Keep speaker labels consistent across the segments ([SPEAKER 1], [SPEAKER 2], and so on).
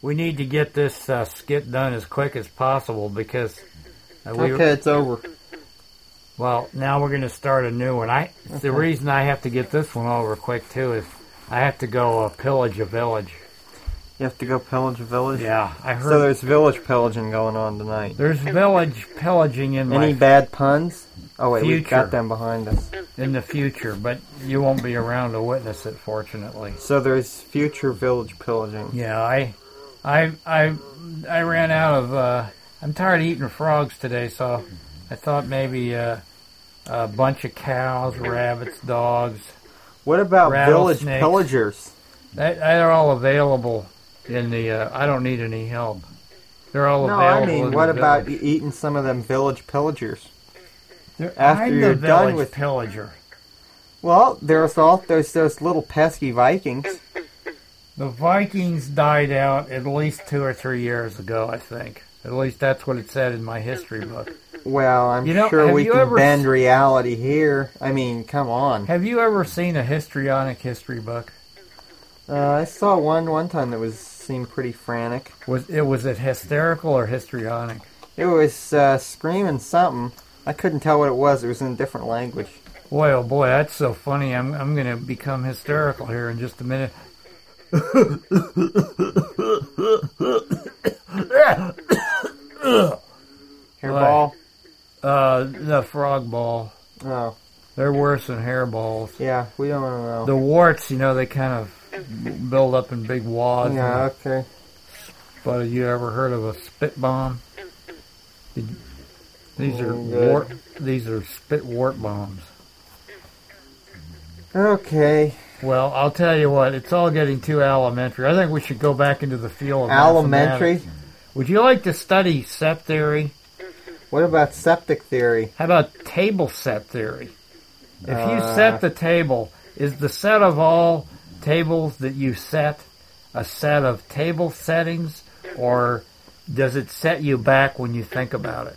[SPEAKER 1] we need to get this uh, skit done as quick as possible because uh, we
[SPEAKER 2] Okay, it's over.
[SPEAKER 1] well now we're going to start a new one. I the reason I have to get this one over quick too is I have to go uh, pillage a village.
[SPEAKER 2] You have to go pillage a village.
[SPEAKER 1] Yeah, I heard
[SPEAKER 2] So there's village pillaging going on tonight.
[SPEAKER 1] there's village pillaging in
[SPEAKER 2] Any
[SPEAKER 1] my,
[SPEAKER 2] bad puns? Oh wait, we've
[SPEAKER 1] Future.
[SPEAKER 2] got them behind us.
[SPEAKER 1] in the future, but you won't be around to witness it, fortunately.
[SPEAKER 2] So there's future village pillaging.
[SPEAKER 1] Yeah, I, I, I, I ran out of. Uh, I'm tired of eating frogs today, so I thought maybe uh, a bunch of cows, rabbits, dogs.
[SPEAKER 2] What about village
[SPEAKER 1] Rattlesnakes.
[SPEAKER 2] pillagers?
[SPEAKER 1] That they're all available in the. Uh, I don't need any help. They're all
[SPEAKER 2] No, I
[SPEAKER 1] available. in
[SPEAKER 2] mean,
[SPEAKER 1] the
[SPEAKER 2] what about
[SPEAKER 1] village.
[SPEAKER 2] you eating some of them village pillagers?
[SPEAKER 1] They're-
[SPEAKER 2] after
[SPEAKER 1] I'm
[SPEAKER 2] you're
[SPEAKER 1] the
[SPEAKER 2] done
[SPEAKER 1] village
[SPEAKER 2] with-
[SPEAKER 1] pillager?
[SPEAKER 2] Well, there's all there's those little pesky Vikings.
[SPEAKER 1] The Vikings died out at least two or three years ago, I think. At least that's what it said in my history book.
[SPEAKER 2] Well, I'm
[SPEAKER 1] You know,
[SPEAKER 2] sure
[SPEAKER 1] have
[SPEAKER 2] we
[SPEAKER 1] you
[SPEAKER 2] can
[SPEAKER 1] ever
[SPEAKER 2] bend
[SPEAKER 1] s-
[SPEAKER 2] reality here. I mean, come on.
[SPEAKER 1] Have you ever seen a histrionic history book?
[SPEAKER 2] Uh, I saw one one time that was seemed pretty frantic.
[SPEAKER 1] Was it was it hysterical or histrionic?
[SPEAKER 2] It was uh, screaming something. I couldn't tell what it was. It was in a different language.
[SPEAKER 1] Boy, oh boy, that's so funny. I'm I'm gonna become hysterical here in just a minute.
[SPEAKER 2] Hairball.
[SPEAKER 1] Uh, the frog ball.
[SPEAKER 2] Oh,
[SPEAKER 1] They're worse than hairballs.
[SPEAKER 2] yeah. We don't want to know.
[SPEAKER 1] The warts, you know, they kind of build up in big wads.
[SPEAKER 2] yeah. Okay.
[SPEAKER 1] But have you ever heard of a spit bomb? Did, these are
[SPEAKER 2] Mm, good.
[SPEAKER 1] wart. These are spit wart bombs.
[SPEAKER 2] Okay.
[SPEAKER 1] Well, I'll tell you what. It's all getting too elementary. I think we should go back into the field. of
[SPEAKER 2] Elementary.
[SPEAKER 1] mathematics. Would you like to study set theory?
[SPEAKER 2] What about septic theory?
[SPEAKER 1] How about table set theory? If you set the table, is the set of all tables that you set a set of table settings, or does it set you back when you think about it?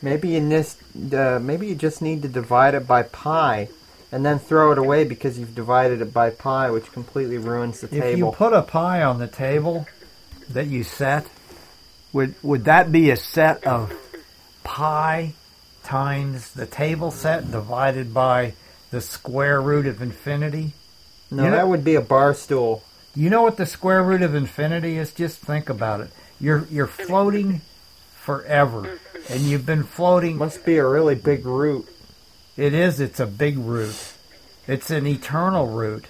[SPEAKER 2] Maybe you just uh, maybe you just need to divide it by pi, and then throw it away because you've divided it by pi, which completely ruins the
[SPEAKER 1] If you
[SPEAKER 2] table.
[SPEAKER 1] put a pie on the table that you set, would would that be a set of pi times the table set divided by the square root of infinity?
[SPEAKER 2] no,
[SPEAKER 1] you know-
[SPEAKER 2] that would be a bar stool.
[SPEAKER 1] You know what the square root of infinity is? Just think about it. You're you're floating forever, and you've been floating.
[SPEAKER 2] Must be a really big root.
[SPEAKER 1] It is. It's a big root. It's an eternal root.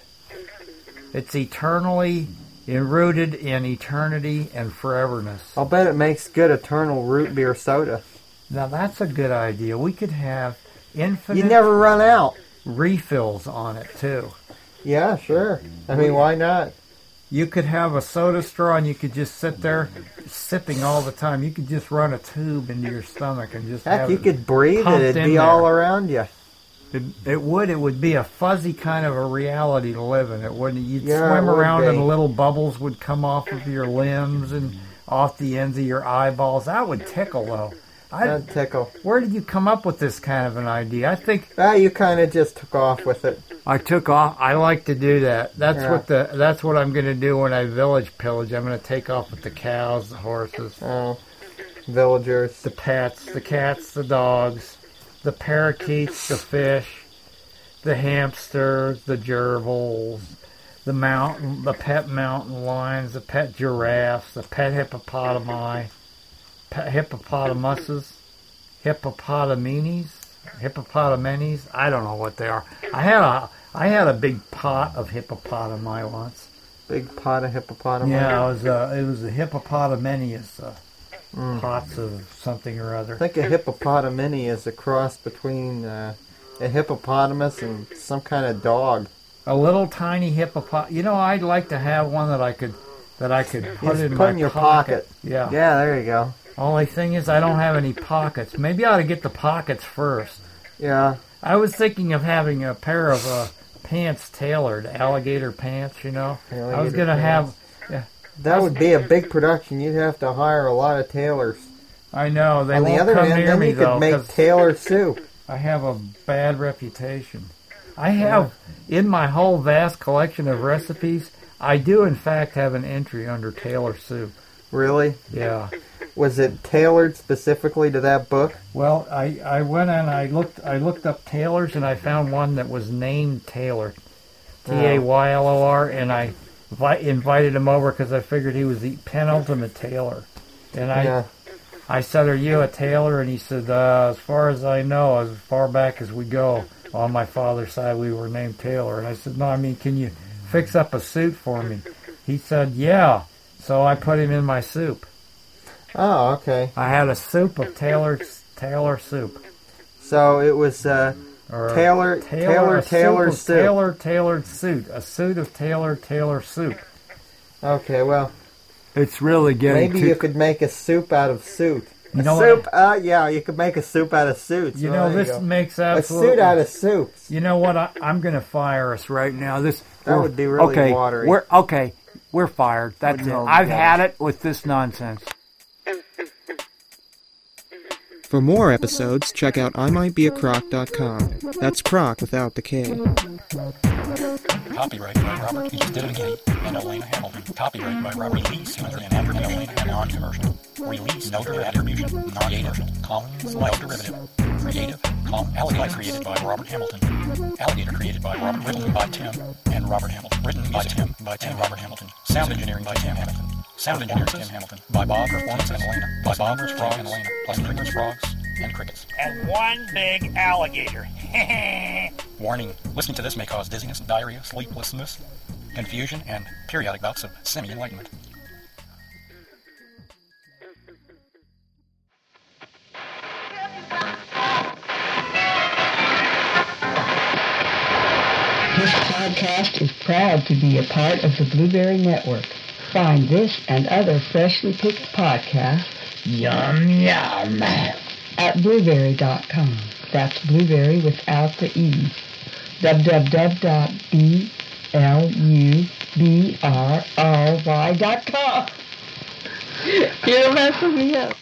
[SPEAKER 1] It's eternally enrooted in eternity and foreverness.
[SPEAKER 2] I'll bet it makes good eternal root beer soda.
[SPEAKER 1] Now that's a good idea. We could have
[SPEAKER 2] You
[SPEAKER 1] infinite
[SPEAKER 2] never run out.
[SPEAKER 1] refills on it too.
[SPEAKER 2] Yeah, sure. I mean, why not?
[SPEAKER 1] You could have a soda straw and you could just sit there sipping all the time. You could just run a tube into your stomach and just
[SPEAKER 2] Heck,
[SPEAKER 1] have
[SPEAKER 2] you
[SPEAKER 1] it.
[SPEAKER 2] could breathe it.
[SPEAKER 1] pumped
[SPEAKER 2] It'd
[SPEAKER 1] in
[SPEAKER 2] be
[SPEAKER 1] there.
[SPEAKER 2] all around you.
[SPEAKER 1] It, it would. It would be a fuzzy kind of a reality to live in. It wouldn't. You'd
[SPEAKER 2] Yeah, it
[SPEAKER 1] swim
[SPEAKER 2] would
[SPEAKER 1] around
[SPEAKER 2] be.
[SPEAKER 1] and little bubbles would come off of your limbs and off the ends of your eyeballs. That would tickle though. I,
[SPEAKER 2] That'd tickle.
[SPEAKER 1] where did you come up with this kind of an idea? I think
[SPEAKER 2] Ah, you kind of just took off with it.
[SPEAKER 1] I took off. I like to do that. That's
[SPEAKER 2] Yeah.
[SPEAKER 1] what the. That's what I'm going to do when I village pillage. I'm going to take off with the cows, the horses,
[SPEAKER 2] Oh, villagers.
[SPEAKER 1] the pets, the cats, the dogs, the parakeets, the fish, the hamsters, the gerbils, the mountain, the pet mountain lions, the pet giraffes, the pet hippopotami, pet hippopotamuses, hippopotamines, hippopotamines. I don't know what they are. I had a I had a big pot of hippopotami once.
[SPEAKER 2] Big pot of hippopotami.
[SPEAKER 1] Yeah, it was uh, it was the hippopotamenius, uh, pots of something or other.
[SPEAKER 2] I think a hippopotami is a cross between uh, a hippopotamus and some kind of dog.
[SPEAKER 1] A little tiny hippopot. You know, I'd like to have one that I could that I could put
[SPEAKER 2] Just
[SPEAKER 1] in
[SPEAKER 2] put
[SPEAKER 1] my
[SPEAKER 2] in your
[SPEAKER 1] pocket.
[SPEAKER 2] pocket.
[SPEAKER 1] Yeah.
[SPEAKER 2] Yeah, there you go.
[SPEAKER 1] Only thing is, I don't have any pockets. Maybe I ought to get the pockets first.
[SPEAKER 2] Yeah.
[SPEAKER 1] I was thinking of having a pair of uh, pants tailored, alligator pants. You know, I was
[SPEAKER 2] Alligator
[SPEAKER 1] gonna have.
[SPEAKER 2] pants. That would be a big production. You'd have to hire a lot of tailors.
[SPEAKER 1] I know they
[SPEAKER 2] On the
[SPEAKER 1] won't
[SPEAKER 2] other
[SPEAKER 1] come
[SPEAKER 2] hand,
[SPEAKER 1] near
[SPEAKER 2] then
[SPEAKER 1] me
[SPEAKER 2] you
[SPEAKER 1] though
[SPEAKER 2] could make
[SPEAKER 1] 'cause
[SPEAKER 2] tailor soup.
[SPEAKER 1] I have a bad reputation. I have in my whole vast collection of recipes. I do, in fact, have an entry under Taylor soup.
[SPEAKER 2] Really?
[SPEAKER 1] Yeah.
[SPEAKER 2] Was it tailored specifically to that book?
[SPEAKER 1] Well, I, I went and I looked I looked up Taylor's and I found one that was named Taylor, T A Y L O R, and I vi- invited him over because I figured he was the penultimate Taylor. And I
[SPEAKER 2] yeah.
[SPEAKER 1] I said, "Are you a Taylor?" And he said, uh, "As far as I know, as far back as we go on my father's side, we were named Taylor." And I said, "No, I mean, can you fix up a suit for me?" He said, "Yeah." So I put him in my soup.
[SPEAKER 2] Oh, okay.
[SPEAKER 1] I had a soup of Taylor's Taylor soup.
[SPEAKER 2] So it was uh,
[SPEAKER 1] or
[SPEAKER 2] Taylor- Taylor-
[SPEAKER 1] a
[SPEAKER 2] Taylor
[SPEAKER 1] of
[SPEAKER 2] soup.
[SPEAKER 1] Taylor tailored suit, a suit of Taylor Taylor soup.
[SPEAKER 2] okay. Well,
[SPEAKER 1] It's really getting
[SPEAKER 2] maybe you could make a soup out of suit.
[SPEAKER 1] You know
[SPEAKER 2] a
[SPEAKER 1] what?
[SPEAKER 2] soup? Uh, yeah, you could make a soup out of suits.
[SPEAKER 1] you
[SPEAKER 2] Well,
[SPEAKER 1] know
[SPEAKER 2] there
[SPEAKER 1] this
[SPEAKER 2] go.
[SPEAKER 1] makes
[SPEAKER 2] a
[SPEAKER 1] absolutely.
[SPEAKER 2] suit out of soups.
[SPEAKER 1] you know what? I, I'm going to fire us right now. This
[SPEAKER 2] That
[SPEAKER 1] we're-
[SPEAKER 2] would be really
[SPEAKER 1] okay,
[SPEAKER 2] watery.
[SPEAKER 1] We're okay. We're fired. That's it.
[SPEAKER 2] Wouldn't hold
[SPEAKER 1] I've
[SPEAKER 2] water.
[SPEAKER 1] had it with this nonsense.
[SPEAKER 3] For more episodes, check out imightbeacroc.com. That's croc without the K.
[SPEAKER 4] Copyright by Robert E. Divingate and Elena Hamilton. Copyright by Robert Lee Suter and Andrew and Elena. Non-commercial. Release no other attribution. Non-commercial. Commons no derivative. Creative. Com. Alligator created by Robert Hamilton. Alligator created by Robert. Written by Tim and Robert Hamilton. Written by Tim. By Tim. and Robert Hamilton. Sound engineering by Tim Hamilton. Sound engineer Tim Hamilton. By Bob Performance and Elena. By Bob Frogs and Elena. Plus Pringles, Frogs and Crickets.
[SPEAKER 5] And one big alligator.
[SPEAKER 4] Warning, listening to this may cause dizziness, diarrhea, sleeplessness, confusion, and periodic bouts of semi-enlightenment.
[SPEAKER 6] This podcast is proud to be a part of the Blueberry Network. Find this and other freshly picked podcasts
[SPEAKER 5] yum yum.
[SPEAKER 6] at blueberry.com. That's blueberry without the E. www.blueberry.com. You're messing me up.